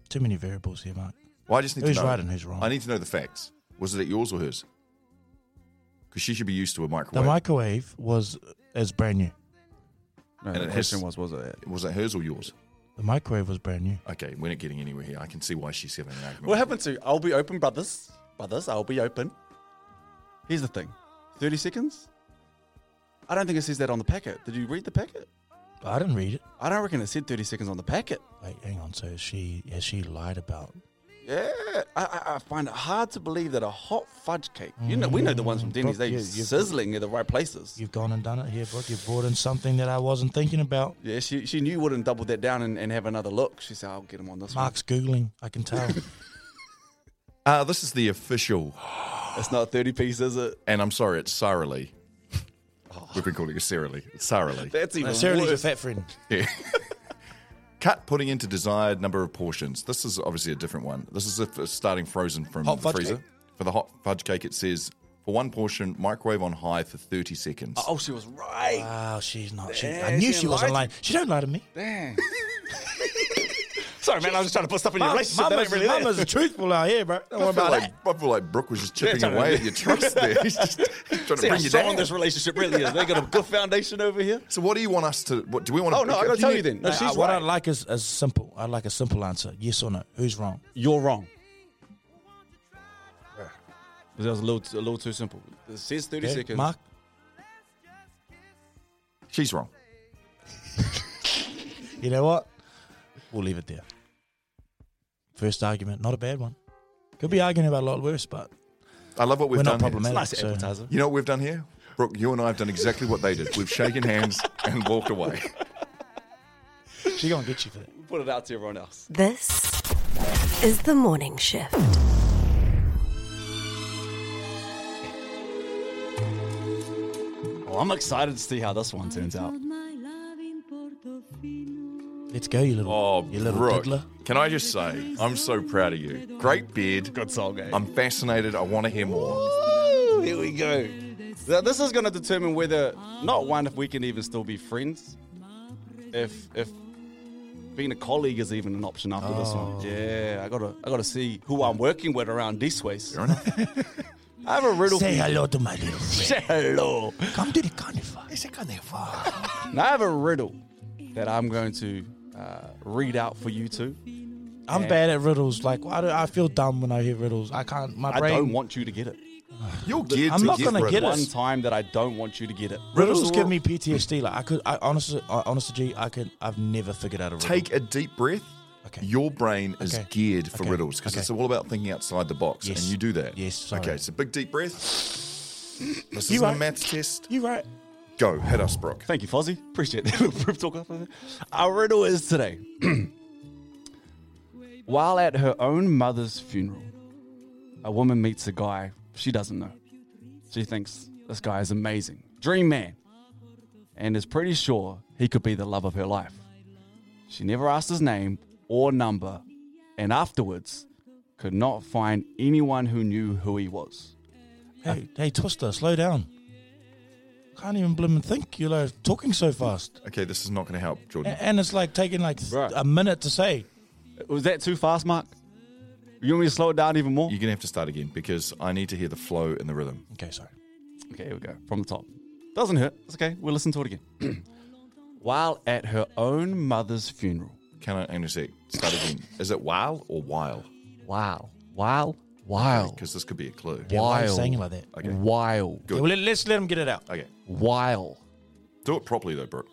Speaker 5: Too many variables here, Mark.
Speaker 3: Well, I just need
Speaker 5: Who's
Speaker 3: to know.
Speaker 5: right and who's wrong?
Speaker 3: I need to know the facts. Was it at yours or hers? Because she should be used to a
Speaker 5: The
Speaker 3: microwave.
Speaker 5: microwave was uh, is brand new.
Speaker 6: No,
Speaker 3: And
Speaker 6: the
Speaker 3: it
Speaker 6: question
Speaker 3: has-
Speaker 6: was, was it?
Speaker 3: was it hers or yours?
Speaker 5: The microwave was brand new.
Speaker 3: Okay, we're not getting anywhere here. I can see why she's having an argument.
Speaker 6: What happened to I'll be open, brothers? Brothers, I'll be open. Here's the thing 30 seconds? I don't think it says that on the packet. Did you read the packet?
Speaker 5: I didn't read it.
Speaker 6: I don't reckon it said 30 seconds on the packet.
Speaker 5: Wait, hang on. So she yeah, she lied about.
Speaker 6: Yeah, I, I, I find it hard to believe that a hot fudge cake. You know, we know the ones from Denny's. They
Speaker 5: Brooke, you- you-
Speaker 6: sizzling in the right places.
Speaker 5: You've gone and done it here, Brooke. You've brought in something that I wasn't thinking about.
Speaker 6: Yeah, she she knew wouldn't double that down and, and have another look. She said, "I'll get him on this
Speaker 5: Mark's googling. I can tell.
Speaker 3: Uh, this is the official,
Speaker 6: one. It's not thirty piece, is it?
Speaker 3: and I'm sorry, it's Sara Lee. We've been calling her Sara Lee. It's Sara Lee.
Speaker 6: That's even
Speaker 5: Sarah Lee's a
Speaker 6: worse.
Speaker 5: fat friend.
Speaker 3: Cut putting into desired number of portions. This is obviously a different one. This is if it's starting frozen from
Speaker 5: Hot
Speaker 3: the
Speaker 5: fudge
Speaker 3: freezer.
Speaker 5: cake.
Speaker 3: For the hot fudge cake, it says for one portion, microwave on high for 30 seconds.
Speaker 6: Oh, she was right.
Speaker 5: Oh, she's not. She, I
Speaker 6: Yeah,
Speaker 5: knew
Speaker 6: she
Speaker 5: she wasn't
Speaker 6: lied
Speaker 5: lying. She don't lie to me.
Speaker 6: Dang. Sorry, man. I was just trying to put stuff in your
Speaker 5: Mum-
Speaker 6: relationship. that
Speaker 5: mama's,
Speaker 6: ain't really there.
Speaker 5: mama's truthful out here, bro. Don't worry
Speaker 3: I, feel
Speaker 5: about
Speaker 3: like,
Speaker 5: that.
Speaker 3: I feel like Brooke was just chipping
Speaker 6: trying to-
Speaker 3: away at your trust there. He's just
Speaker 6: See
Speaker 3: he's trying to
Speaker 6: how
Speaker 3: bring you
Speaker 6: strong
Speaker 3: down.
Speaker 6: this relationship really is. They got a good foundation over here.
Speaker 3: So, what do you want us to? What do we want to?
Speaker 6: Oh no, I gotta tell you then. No,
Speaker 5: Nah,
Speaker 6: she's
Speaker 5: what
Speaker 6: right.
Speaker 5: I'd like is, is simple. I'd like a simple answer. Yes or no. Who's wrong?
Speaker 6: You're wrong. That was a little, a little too simple. It says 30
Speaker 5: Okay,
Speaker 6: seconds.
Speaker 5: Mark?
Speaker 3: She's wrong.
Speaker 5: You know what? We'll leave it there. First argument, not a bad one. Could be arguing about a lot worse, but
Speaker 3: I love what we've
Speaker 5: we're
Speaker 3: done.
Speaker 5: not
Speaker 3: here.
Speaker 5: problematic.
Speaker 6: nice
Speaker 5: so-
Speaker 6: appetizer.
Speaker 3: You know what we've done here, Brooke? You and I have done exactly what they did. We've shaken hands and walked away.
Speaker 5: She gonna get you for that.
Speaker 6: Put it out to everyone else.
Speaker 8: This is the morning shift.
Speaker 6: Well, Oh, I'm excited to see how this one turns out.
Speaker 5: Let's go, you little,
Speaker 3: Oh,
Speaker 5: you little
Speaker 3: Brooke,
Speaker 5: diddler.
Speaker 3: can I just say, I'm so proud of you. Great beard.
Speaker 6: Good song, eh?
Speaker 3: I'm fascinated. I want to hear more.
Speaker 6: Woo, here we go. So this is going to determine whether, not one, if we can even still be friends, if if being a colleague is even an option after this one. Yeah, I gotta I gotta see who I'm working with around these ways.
Speaker 3: Fair enough.
Speaker 6: I have a riddle.
Speaker 5: Say
Speaker 6: for
Speaker 5: hello to my little friend.
Speaker 6: Say hello.
Speaker 5: Come to the carnival. It's a carnival.
Speaker 6: Now I have a riddle that I'm going to uh, read out for you two.
Speaker 5: I'm bad at riddles. Like, why do I feel dumb when I hear riddles? I can't. My
Speaker 6: I
Speaker 5: brain.
Speaker 6: don't want you to get it.
Speaker 3: You're geared
Speaker 5: I'm
Speaker 3: to
Speaker 5: not
Speaker 3: get
Speaker 5: gonna
Speaker 3: rid
Speaker 5: get
Speaker 3: of
Speaker 5: it.
Speaker 6: One time that I don't want you to get it.
Speaker 5: Riddles
Speaker 3: Riddles
Speaker 5: give
Speaker 3: are-
Speaker 5: me PTSD. Like I could, I honestly, I, honestly, G, I could, I've never figured out a riddle.
Speaker 3: Take a deep breath.
Speaker 5: Okay.
Speaker 3: Your brain is
Speaker 5: Okay.
Speaker 3: geared for
Speaker 5: Okay.
Speaker 3: riddles because
Speaker 5: Okay.
Speaker 3: it's all about thinking outside the box,
Speaker 5: Yes.
Speaker 3: and you do that.
Speaker 5: Yes, sorry.
Speaker 3: Okay. So big deep breath. This
Speaker 5: You
Speaker 3: isn't
Speaker 5: right.
Speaker 3: a maths test.
Speaker 5: you right?
Speaker 3: Go hit us, Brooke.
Speaker 6: Thank you, Fozzie. Appreciate that little proof talk. Our riddle is today. While at her own mother's funeral, a woman meets a guy she doesn't know. She thinks this guy is amazing, dream man, and is pretty sure he could be the love of her life. She never asked his name or number, and afterwards could not find anyone who knew who he was.
Speaker 5: Hey, hey, Twister, slow down. can't even blim think. You're like talking so fast,
Speaker 3: Okay, this is not going to help, Jordan.
Speaker 5: and, and it's like taking like th-
Speaker 6: Right.
Speaker 5: a minute to say.
Speaker 6: Was that too fast, Mark? You want me to slow it down even more?
Speaker 3: You're going to have to start again because I need to hear the flow and the rhythm.
Speaker 5: Okay, sorry.
Speaker 6: Okay, here we go. From the top. Doesn't hurt. It's okay. We'll listen to it again. While at her own mother's funeral.
Speaker 3: Can I? I'm going to say start again. Is it while or while?
Speaker 6: Wow. Wow. Wow.
Speaker 3: Because this could be a clue.
Speaker 5: Yeah, why are you
Speaker 6: Wild.
Speaker 5: saying it like that?
Speaker 3: Okay.
Speaker 6: While.
Speaker 3: Good.
Speaker 5: Yeah, well, let, us let him get it out.
Speaker 3: Okay,
Speaker 6: While.
Speaker 3: do it properly though, Brooke.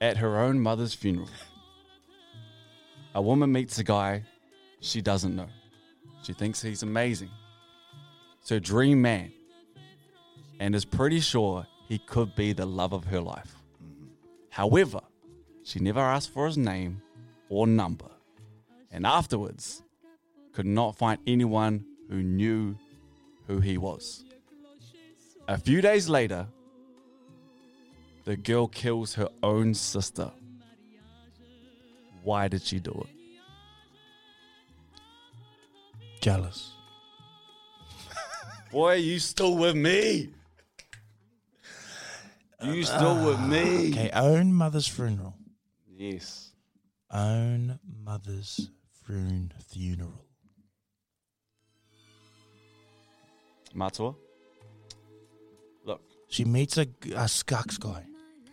Speaker 6: At her own mother's funeral. A woman meets a guy she doesn't know. She thinks he's amazing. It's her dream man. And is pretty sure he could be the love of her life. However, she never asked for his name or number. And afterwards, could not find anyone who knew who he was. A few days later, the girl kills her own sister. Why did she do it?
Speaker 5: Jealous.
Speaker 6: Boy, you still with me. You still with me.
Speaker 5: Okay, own mother's funeral.
Speaker 6: Yes.
Speaker 5: Own mother's frun funeral.
Speaker 6: Matua? Look.
Speaker 5: She meets a, g- a skux guy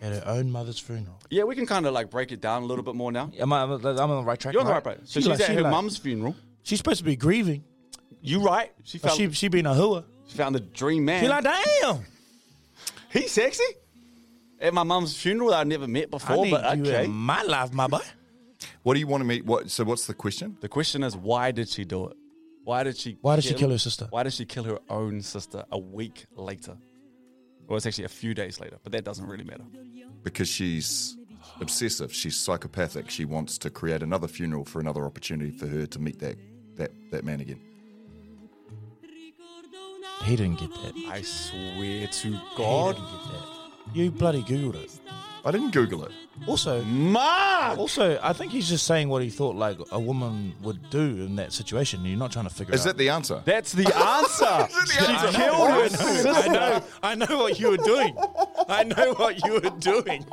Speaker 5: at her own mother's funeral.
Speaker 6: Yeah, we can kind of like break it down a little bit more now.
Speaker 5: Am I, I'm on the right track.
Speaker 6: You're on the right path. So she's,
Speaker 5: like-
Speaker 6: at her
Speaker 5: like-
Speaker 6: mum's funeral.
Speaker 5: She's supposed to be grieving.
Speaker 6: You right. She
Speaker 5: but
Speaker 6: found,
Speaker 5: Oh, She
Speaker 6: she,
Speaker 5: she been a hooer.
Speaker 6: found the dream man.
Speaker 5: She like, damn.
Speaker 6: He's sexy? At my mum's funeral that I never met before,
Speaker 5: I need
Speaker 6: but
Speaker 5: you
Speaker 6: okay.
Speaker 5: in my life, my boy.
Speaker 3: What do you want to meet? What? So what's the question?
Speaker 6: The question is, why did she do it? Why did she?
Speaker 5: Why did she kill her sister?
Speaker 6: Why did she kill her own sister a week later? Well, it's actually a few days later, but that doesn't really matter.
Speaker 3: Because she's obsessive. She's psychopathic. She wants to create another funeral for another opportunity for her to meet that that that man again.
Speaker 5: He didn't get that. He
Speaker 6: I swear to God,
Speaker 5: didn't get that. You bloody googled it.
Speaker 3: I didn't Google it.
Speaker 5: Also,
Speaker 6: Mark.
Speaker 5: also, I think he's just saying what he thought like a woman would do in that situation. You're not trying to figure
Speaker 3: Is
Speaker 5: out.
Speaker 3: that the answer?
Speaker 6: That's the answer. she killed her
Speaker 5: I
Speaker 6: sister.
Speaker 5: know, I know what you were doing. I know what you were doing.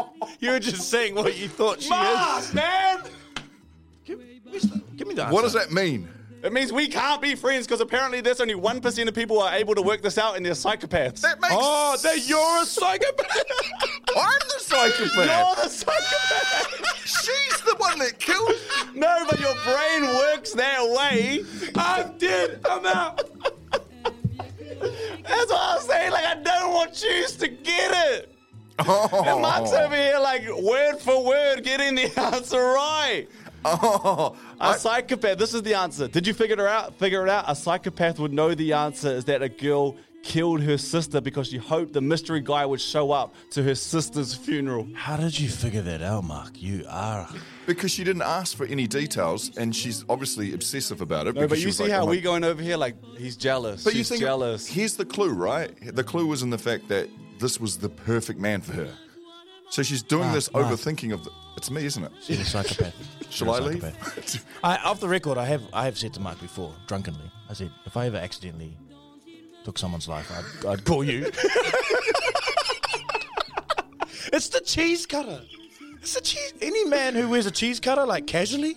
Speaker 5: You were just saying what you thought she is.
Speaker 6: man.
Speaker 5: Give, where's the- give me the answer.
Speaker 3: what does that mean?
Speaker 6: It means we can't be friends because apparently there's only one percent of people who are able to work this out, and they're psychopaths.
Speaker 3: That makes
Speaker 5: Oh, that you're a psychopath.
Speaker 3: I'm the
Speaker 6: You're
Speaker 3: psychopath.
Speaker 6: the psychopath.
Speaker 3: She's the one that killed.
Speaker 6: no, but your brain works that way.
Speaker 5: I'm dead. I'm out.
Speaker 6: That's what I'm saying. Like, I don't want you to get it.
Speaker 3: Oh,
Speaker 6: And Mark's over here, like, word for word, getting the answer right.
Speaker 3: oh.
Speaker 6: A psychopath, this is the answer. Did you figure it out? Figure it out. A psychopath would know the answer is that a girl killed her sister because she hoped the mystery guy would show up to her sister's funeral.
Speaker 5: How did you figure that out, Mark? You are.
Speaker 3: Because she didn't ask for any details, and she's obviously obsessive about it.
Speaker 6: No,
Speaker 3: because
Speaker 6: but
Speaker 3: she
Speaker 6: you
Speaker 3: was
Speaker 6: see
Speaker 3: like,
Speaker 6: how
Speaker 3: "Oh my
Speaker 6: we going over here, like, he's jealous.
Speaker 3: But
Speaker 6: She's
Speaker 3: you think
Speaker 6: jealous.
Speaker 3: Here's the clue, right? The clue was in the fact that this was the perfect man for her. So she's doing
Speaker 5: Ah,
Speaker 3: this
Speaker 5: ah.
Speaker 3: overthinking of the, it's me, isn't it?
Speaker 5: She's a psychopath.
Speaker 3: Shall I
Speaker 5: You're a
Speaker 3: leave?
Speaker 5: psychopath. I, off the record, I have I have said to Mark before, drunkenly, I said, if I ever accidentally took someone's life, I'd, I'd call you. it's the cheese cutter. It's the cheese. Any man who wears a cheese cutter, like casually,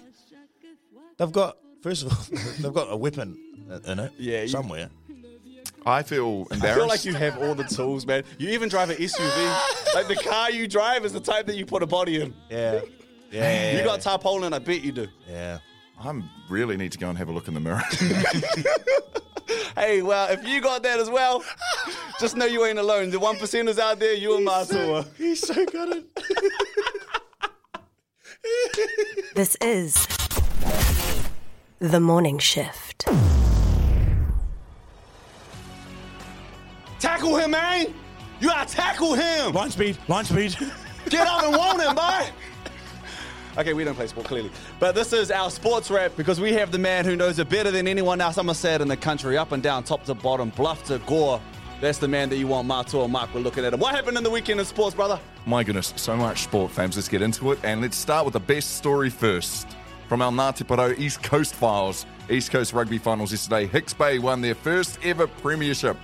Speaker 5: they've got first of all, they've got a weapon in it.
Speaker 6: Yeah, you-
Speaker 5: somewhere.
Speaker 3: I feel
Speaker 6: I
Speaker 3: embarrassed.
Speaker 6: feel like you have all the tools, man. You even drive an SUV. like the car you drive is the type that you put a body in.
Speaker 5: Yeah, yeah,
Speaker 6: You got tarpaulin, I bet you do.
Speaker 5: yeah.
Speaker 3: I'm really need to go and have a look in the mirror.
Speaker 6: Hey, well, if you got that as well, just know you ain't alone. The one percenters out there, you and Masua.
Speaker 5: He's so good at.
Speaker 8: This is The Morning Shift.
Speaker 6: Tackle him, man. You gotta tackle him.
Speaker 5: Line speed, line speed.
Speaker 6: Get up and want him, boy. Okay, we don't play sport, clearly. But this is our sports wrap because we have the man who knows it better than anyone else, I'm going to say it, in the country, up and down, top to bottom, bluff to gore. That's the man that you want, Matua. Mark, we're looking at him. What happened in the weekend in sports, brother?
Speaker 3: My goodness, so much sport, fams. Let's get into it. And let's start with the best story first. From our Ngāti Porou East Coast Files, East Coast Rugby Finals yesterday, Hicks Bay won their first ever premiership.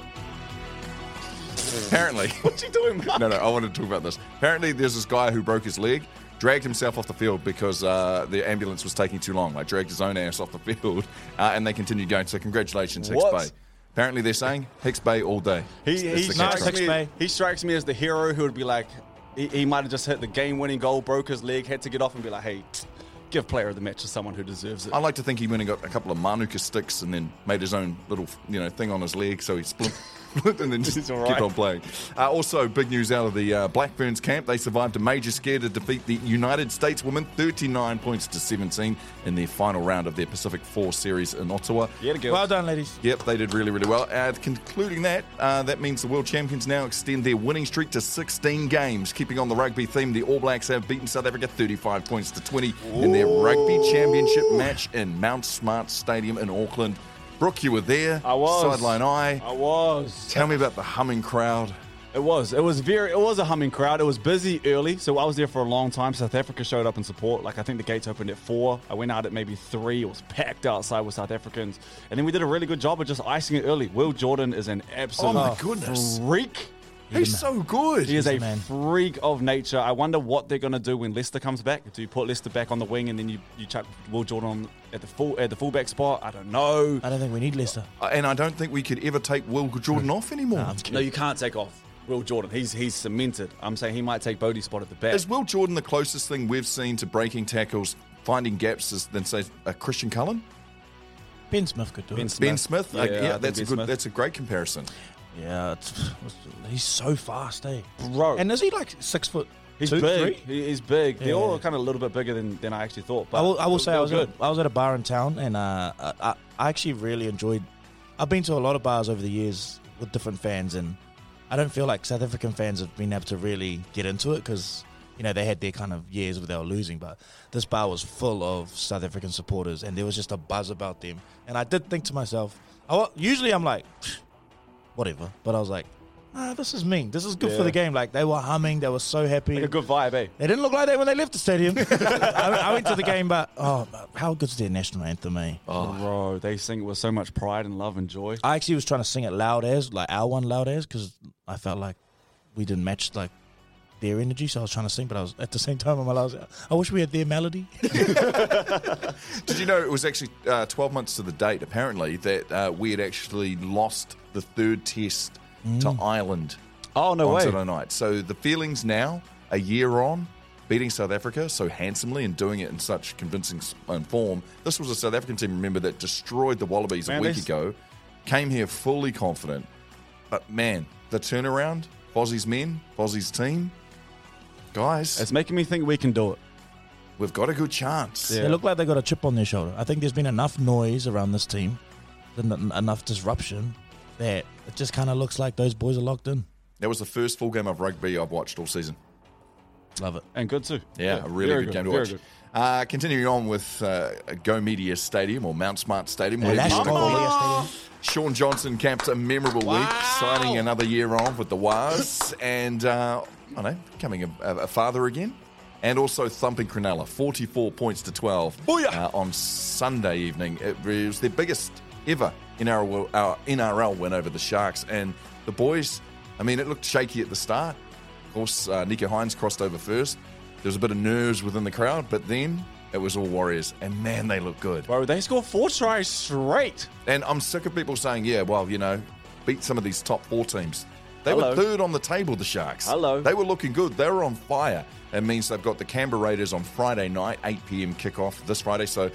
Speaker 3: Apparently.
Speaker 6: What you doing, Mark?
Speaker 3: no, no, I wanted to talk about this. Apparently, there's this guy who broke his leg, dragged himself off the field because uh, the ambulance was taking too long. Like, dragged his own ass off the field, uh, and they continued going. So, congratulations, Hicks
Speaker 6: What?
Speaker 3: Bay. Apparently, they're saying Hicks Bay all day.
Speaker 6: He,
Speaker 3: It's- it's
Speaker 6: he,
Speaker 3: the
Speaker 5: nice.
Speaker 3: catchphrase.
Speaker 6: strikes me,
Speaker 5: Bay.
Speaker 6: he strikes me as the hero who would be like, he, he might have just hit the game winning goal, broke his leg, had to get off and be like, hey, give player of the match to someone who deserves it.
Speaker 3: I like to think he went and got a couple of manuka sticks and then made his own little, you know, thing on his leg so he split and then just
Speaker 6: He's all right.
Speaker 3: kept on playing. Uh, also, big news out of the uh, Blackburns camp. They survived a major scare to defeat the United States women 39 points to 17 in their final round of their Pacific 4 series in Ottawa.
Speaker 6: Yeah, the girls.
Speaker 5: Well done, ladies.
Speaker 3: Yep, they did really, really well. Uh, concluding that, uh, that means the world champions now extend their winning streak to 16 games. Keeping on the rugby theme, the All Blacks have beaten South Africa 35 points to 20 in their rugby championship match in Mount Smart Stadium in Auckland. Brooke, you were there.
Speaker 6: I was.
Speaker 3: Sideline eye.
Speaker 6: I was.
Speaker 3: Tell me about the humming crowd.
Speaker 6: It was. It was very. It was a humming crowd. It was busy early, so I was there for a long time. South Africa showed up in support. Like I think the gates opened at four. I went out at maybe three. It was packed outside with South Africans, and then we did a really good job of just icing it early. Will Jordan is an absolute
Speaker 3: Oh, my goodness.
Speaker 6: freak.
Speaker 3: He's so good.
Speaker 6: He is a
Speaker 5: man.
Speaker 6: freak of nature. I wonder what they're going to do when Lester comes back. Do you put Lester back on the wing and then you, you chuck Will Jordan at the full at the fullback spot? I don't know.
Speaker 5: I don't think we need Leicester.
Speaker 3: Uh, And I don't think we could ever take Will Jordan off anymore.
Speaker 6: No, you can't take off Will Jordan. He's he's cemented. I'm saying he might take Bodie's spot at the back.
Speaker 3: Is Will Jordan the closest thing we've seen to breaking tackles, finding gaps, as- than, say, a Christian Cullen?
Speaker 5: Ben Smith could do it.
Speaker 3: Ben Smith,
Speaker 6: Yeah,
Speaker 3: Uh, yeah,
Speaker 6: I think
Speaker 3: that's a
Speaker 6: Ben
Speaker 3: good,
Speaker 6: Smith.
Speaker 3: that's a great comparison.
Speaker 5: Yeah, it's, he's so fast, eh?
Speaker 6: Bro.
Speaker 5: And is he like six foot?
Speaker 6: He's
Speaker 5: two,
Speaker 6: big.
Speaker 5: Three?
Speaker 6: He- He's big. They're
Speaker 5: Yeah.
Speaker 6: all kind of a little bit bigger than, than I actually thought. But
Speaker 5: I will, I will say I
Speaker 6: they're
Speaker 5: was
Speaker 6: good.
Speaker 5: At, I was at a bar in town and uh, I, I- I actually really enjoyed. I've been to a lot of bars over the years with different fans, and I don't feel like South African fans have been able to really get into it because you know they had their kind of years where they were losing, but this bar was full of South African supporters, and there was just a buzz about them. And I did think to myself, I, wa- usually I'm like, whatever, but I was like. Nah, this is mean. This is good for
Speaker 6: Yeah.
Speaker 5: the game. Like they were humming, they were so happy.
Speaker 6: Like a good vibe, eh?
Speaker 5: They didn't look like that when they left the stadium. I, I went to the game, but oh, how good's their national anthem, eh?
Speaker 6: Oh, Bro, they sing it with so much pride and love and joy.
Speaker 5: I actually was trying to sing it loud as, like our one loud as, because I felt like we didn't match like their energy. So I was trying to sing, but I was at the same time, I'm like, I was like, I wish we had their melody.
Speaker 3: Did you know it was actually uh, 12 months to the date, apparently, that uh, we had actually lost the third test to Ireland
Speaker 6: Oh, Mm. no
Speaker 3: on
Speaker 6: way.
Speaker 3: Saturday night? So the feelings now, a year on, beating South Africa so handsomely and doing it in such convincing s- um, form. This was a South African team, remember, that destroyed the Wallabies
Speaker 6: Man,
Speaker 3: a week
Speaker 6: they s-
Speaker 3: ago, came here fully confident. But man, the turnaround, Fozzie's men, Fozzie's team, guys,
Speaker 6: It's making me think we can do it.
Speaker 3: we've got a good chance.
Speaker 5: They look like they got a chip on their shoulder. I think there's been enough noise around this team, en- enough disruption that it just kind of looks like those boys are locked in.
Speaker 3: That was the first full game of rugby I've watched all season.
Speaker 5: Love it.
Speaker 6: And good, too.
Speaker 3: Yeah, a really
Speaker 6: very
Speaker 3: good, game to
Speaker 6: very
Speaker 3: watch.
Speaker 6: good.
Speaker 3: Uh, continuing on with uh, Go Media Stadium or Mount Smart Stadium, whatever you want
Speaker 5: Lash
Speaker 3: to call it.
Speaker 5: Gold, yes,
Speaker 3: Sean Johnson camped a memorable week, signing another year on with the Wars, and uh, I don't know, becoming a, a a father again, and also thumping Cronulla, forty-four points to twelve uh, on Sunday evening. It was their biggest ever NRL, uh, NRL win over the Sharks, and the boys. I mean, it looked shaky at the start. Of course, uh, Nico Hines crossed over first. There was a bit of nerves within the crowd, but then it was all Warriors, and man, they look good.
Speaker 6: Bro, they score four tries straight.
Speaker 3: And I'm sick of people saying, yeah, well, you know, beat some of these top four teams. They
Speaker 6: Hello.
Speaker 3: were third on the table, the Sharks.
Speaker 6: Hello.
Speaker 3: They were looking good. They were on fire. It means they've got the Canberra Raiders on Friday night, 8 p.m. kickoff this Friday. So,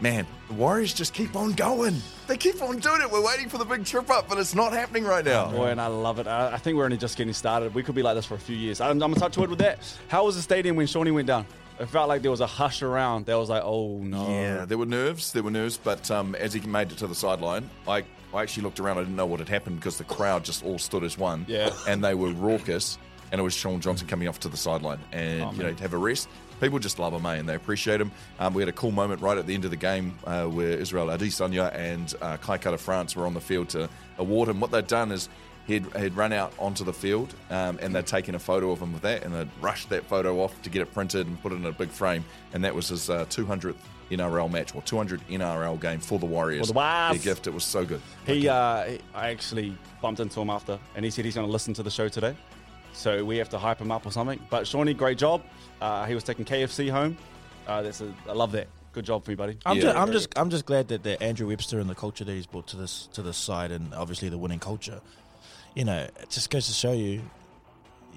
Speaker 3: man, the Warriors just keep on going. They keep on doing it. We're waiting for the big trip up, but it's not happening right now.
Speaker 6: Boy, and I love it. I, I think we're only just getting started. We could be like this for a few years. I'm, I'm in touch wood with that. How was the stadium when Shawnee went down? It felt like there was a hush around. There was like, oh, no.
Speaker 3: Yeah, there were nerves. There were nerves. But um, as he made it to the sideline, I, I actually looked around. I didn't know what had happened because the crowd just all stood as one.
Speaker 6: Yeah.
Speaker 3: And they were raucous. And it was Sean Johnson coming off to the sideline
Speaker 6: Oh,
Speaker 3: and, you know, to have a rest. People just love him, eh? And they appreciate him. Um, we had a cool moment right at the end of the game uh, where Israel Adesanya and uh, Kai Cutter France were on the field to award him. What they'd done is he'd, he'd run out onto the field um, and they'd taken a photo of him with that and they'd rushed that photo off to get it printed and put it in a big frame. And that was his uh, 200th NRL match or 200 NRL game for the Warriors.
Speaker 6: For the Warriors.
Speaker 3: Their gift. It was so good.
Speaker 6: He, uh, he- I actually bumped into him after, and he said he's going to listen to the show today. So we have to hype him up or something. But Shawnee, great job. Uh, he was taking KFC home. Uh, that's a, I love that. Good job for you, buddy.
Speaker 5: I'm
Speaker 3: Yeah.
Speaker 5: just, I'm just, I'm just glad that, that Andrew Webster and the culture that he's brought to this to this side, and obviously the winning culture. You know, it just goes to show you,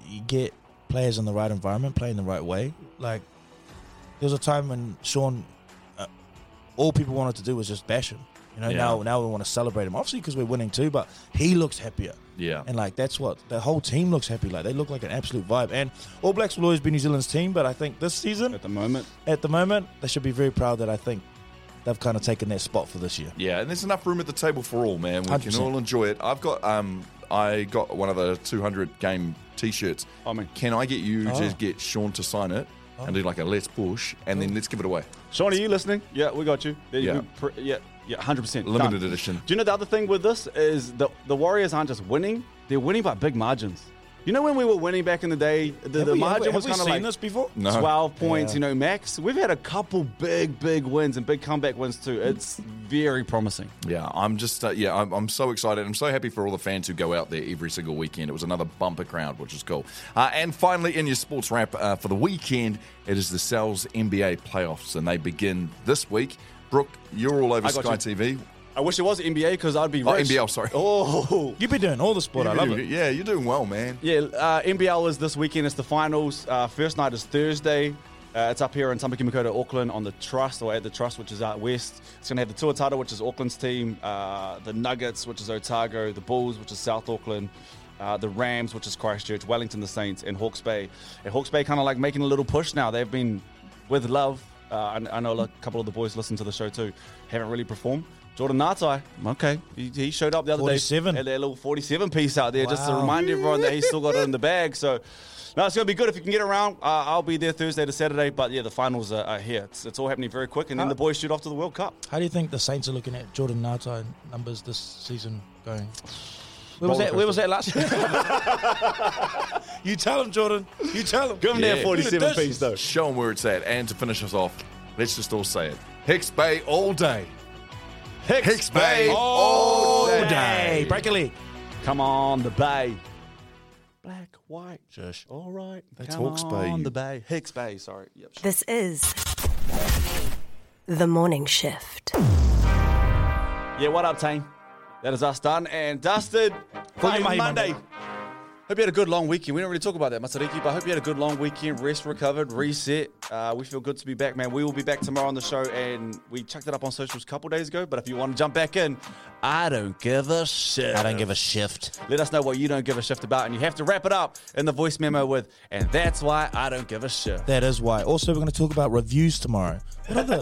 Speaker 5: you get players in the right environment, playing the right way. Like there was a time when Sean, uh, all people wanted to do was just bash him. You know,
Speaker 3: Yeah.
Speaker 5: now now we want to celebrate him, obviously because we're winning too. But he looks happier.
Speaker 3: Yeah.
Speaker 5: and like that's what the whole team looks happy. Like they look like an absolute vibe. And All Blacks will always be New Zealand's team, but I think this season
Speaker 6: At the moment,
Speaker 5: at the moment, they should be very proud that I think they've kind of taken that spot for this year.
Speaker 3: Yeah, and there's enough room at the table for all, man. We can
Speaker 5: 100%.
Speaker 3: all enjoy it. I've got um I got one of the 200 game t-shirts.
Speaker 6: Oh, man. Oh.
Speaker 3: Can I get you
Speaker 5: Oh.
Speaker 3: to get Sean to sign it and do like a let's push and then let's give it away.
Speaker 6: Shawnee, you listening? Yeah, we got you. There you
Speaker 3: Yeah.
Speaker 6: go. Pr- yeah, yeah, 100%.
Speaker 3: Limited
Speaker 6: Done.
Speaker 3: edition.
Speaker 6: Do you know the other thing with this is the, the Warriors aren't just winning, they're winning by big margins. You know when we were winning back in the day, the, the
Speaker 5: Have we- have
Speaker 6: margin
Speaker 5: we- have
Speaker 6: was
Speaker 5: we
Speaker 6: kind of
Speaker 5: seen
Speaker 6: like
Speaker 5: this before?
Speaker 3: No.
Speaker 6: 12 points,
Speaker 5: Yeah.
Speaker 6: you know, max. We've had a couple big, big wins and big comeback wins too. It's very promising.
Speaker 3: Yeah, I'm just uh, yeah, I'm, I'm so excited. I'm so happy for all the fans who go out there every single weekend. It was another bumper crowd, which is cool. Uh, and finally, in your sports wrap uh, for the weekend, it is the Cells NBA playoffs, and they begin this week. Brooke, you're all over
Speaker 6: I got
Speaker 3: Sky
Speaker 6: you.
Speaker 3: TV.
Speaker 6: I wish it was NBA because I'd be
Speaker 3: Oh,
Speaker 6: rich.
Speaker 3: NBL, sorry.
Speaker 6: Oh,
Speaker 5: You've been doing all the sport. I love it.
Speaker 3: Yeah, you're doing well, man.
Speaker 6: yeah. Uh, NBL is this weekend. It's the finals. Uh, first night is Thursday. Uh, it's up here in Tamaki Makaurau, Auckland, on the Trust or at the Trust, which is out west. It's going to have the Tuatara, which is Auckland's team, uh, the Nuggets, which is Otago, the Bulls, which is South Auckland, uh, the Rams, which is Christchurch, Wellington, the Saints, and Hawke's Bay. And Hawke's Bay kind of like making a little push now. They've been with love. Uh, I, I know a couple of the boys listen to the show too. Haven't really performed. Jordan Natai, okay, he, he showed up the other day
Speaker 5: 47.
Speaker 6: at that little 47 piece out there just to
Speaker 5: Wow.
Speaker 6: remind everyone that he's still got it in the bag. So, no, it's going to be good if you can get around. Uh, I'll be there Thursday to Saturday. But yeah, the finals are, are here. It's, it's all happening very quick. And then the boys shoot off to the World Cup.
Speaker 5: How do you think the Saints are looking at Jordan Nata numbers this season going? Where
Speaker 6: Roller
Speaker 5: was that? Where was that last? you tell him, Jordan. You tell him.
Speaker 6: Give him
Speaker 3: Yeah.
Speaker 6: that 47 piece, though.
Speaker 3: Show 'em where it's at. And to finish us off, let's just all say it. Hicks Bay all day.
Speaker 6: Hicks,
Speaker 3: Hicks Bay all day.
Speaker 5: Hey, break a leg.
Speaker 6: Come on, the Bay. Black, white. Shush. All right.
Speaker 3: That's
Speaker 6: Come
Speaker 3: Hawke's Bay,
Speaker 6: on,
Speaker 3: you-
Speaker 6: the Bay. Hicks Bay, sorry. Yep.
Speaker 8: This is The Morning Shift.
Speaker 6: Yeah, what up, team? That is us done and dusted for
Speaker 5: Bye,
Speaker 6: Monday.
Speaker 5: mate,
Speaker 6: Monday.
Speaker 5: Monday.
Speaker 6: Hope you had a good long weekend. We don't really talk about that, Masariki, but I hope you had a good long weekend. Rest, recovered, reset. Uh, we feel good to be back, man. We will be back tomorrow on the show, and we chucked it up on socials a couple days ago. But if you want to jump back in, I don't give a shit.
Speaker 5: I don't give a shift.
Speaker 6: Let us know what you don't give a shift about, and you have to wrap it up in the voice memo with, and that's why I don't give a shit.
Speaker 5: That is why. Also, we're going to talk about reviews tomorrow. What are the?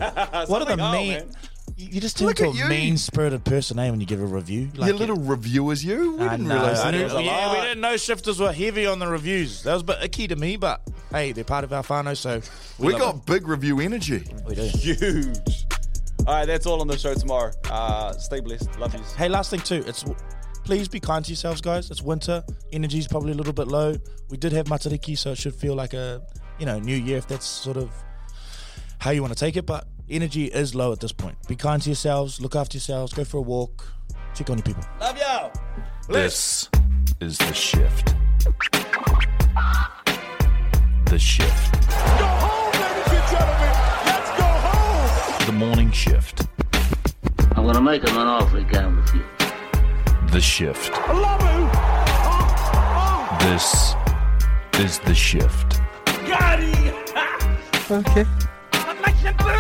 Speaker 5: what are
Speaker 6: Something
Speaker 5: the
Speaker 6: old,
Speaker 5: mean?
Speaker 6: man.
Speaker 5: You you just turn
Speaker 3: Look
Speaker 5: into
Speaker 3: at you.
Speaker 5: a mean-spirited person, eh? When you give a review, like
Speaker 3: Your little reviewers, you? We
Speaker 5: I
Speaker 3: didn't
Speaker 5: know.
Speaker 3: realize
Speaker 5: I
Speaker 3: that.
Speaker 5: didn't-
Speaker 6: was a
Speaker 5: yeah, we
Speaker 6: lot.
Speaker 5: didn't know shifters were heavy on the reviews. That was a bit icky to me, but hey, they're part of our whānau, so
Speaker 3: We
Speaker 5: love
Speaker 3: got big review energy.
Speaker 5: it. We do.
Speaker 6: Huge. All right, that's all on the show tomorrow. Uh, stay blessed. Love you.
Speaker 5: Hey, last thing too. It's please be kind to yourselves, guys. It's winter. Energy's probably a little bit low. We did have Matariki, so it should feel like a you know new year if that's sort of how you want to take it. But energy is low at this point. Be kind to yourselves. Look after yourselves. Go for a walk. Check on your people.
Speaker 6: Love y'all.
Speaker 2: This is the shift. The shift. Go home, ladies and gentlemen. Let's go home. The morning shift.
Speaker 10: I'm gonna make him an offer again with you.
Speaker 2: The shift. I love Oh, you. This is the shift.
Speaker 1: Gotti! okay. I'd like to do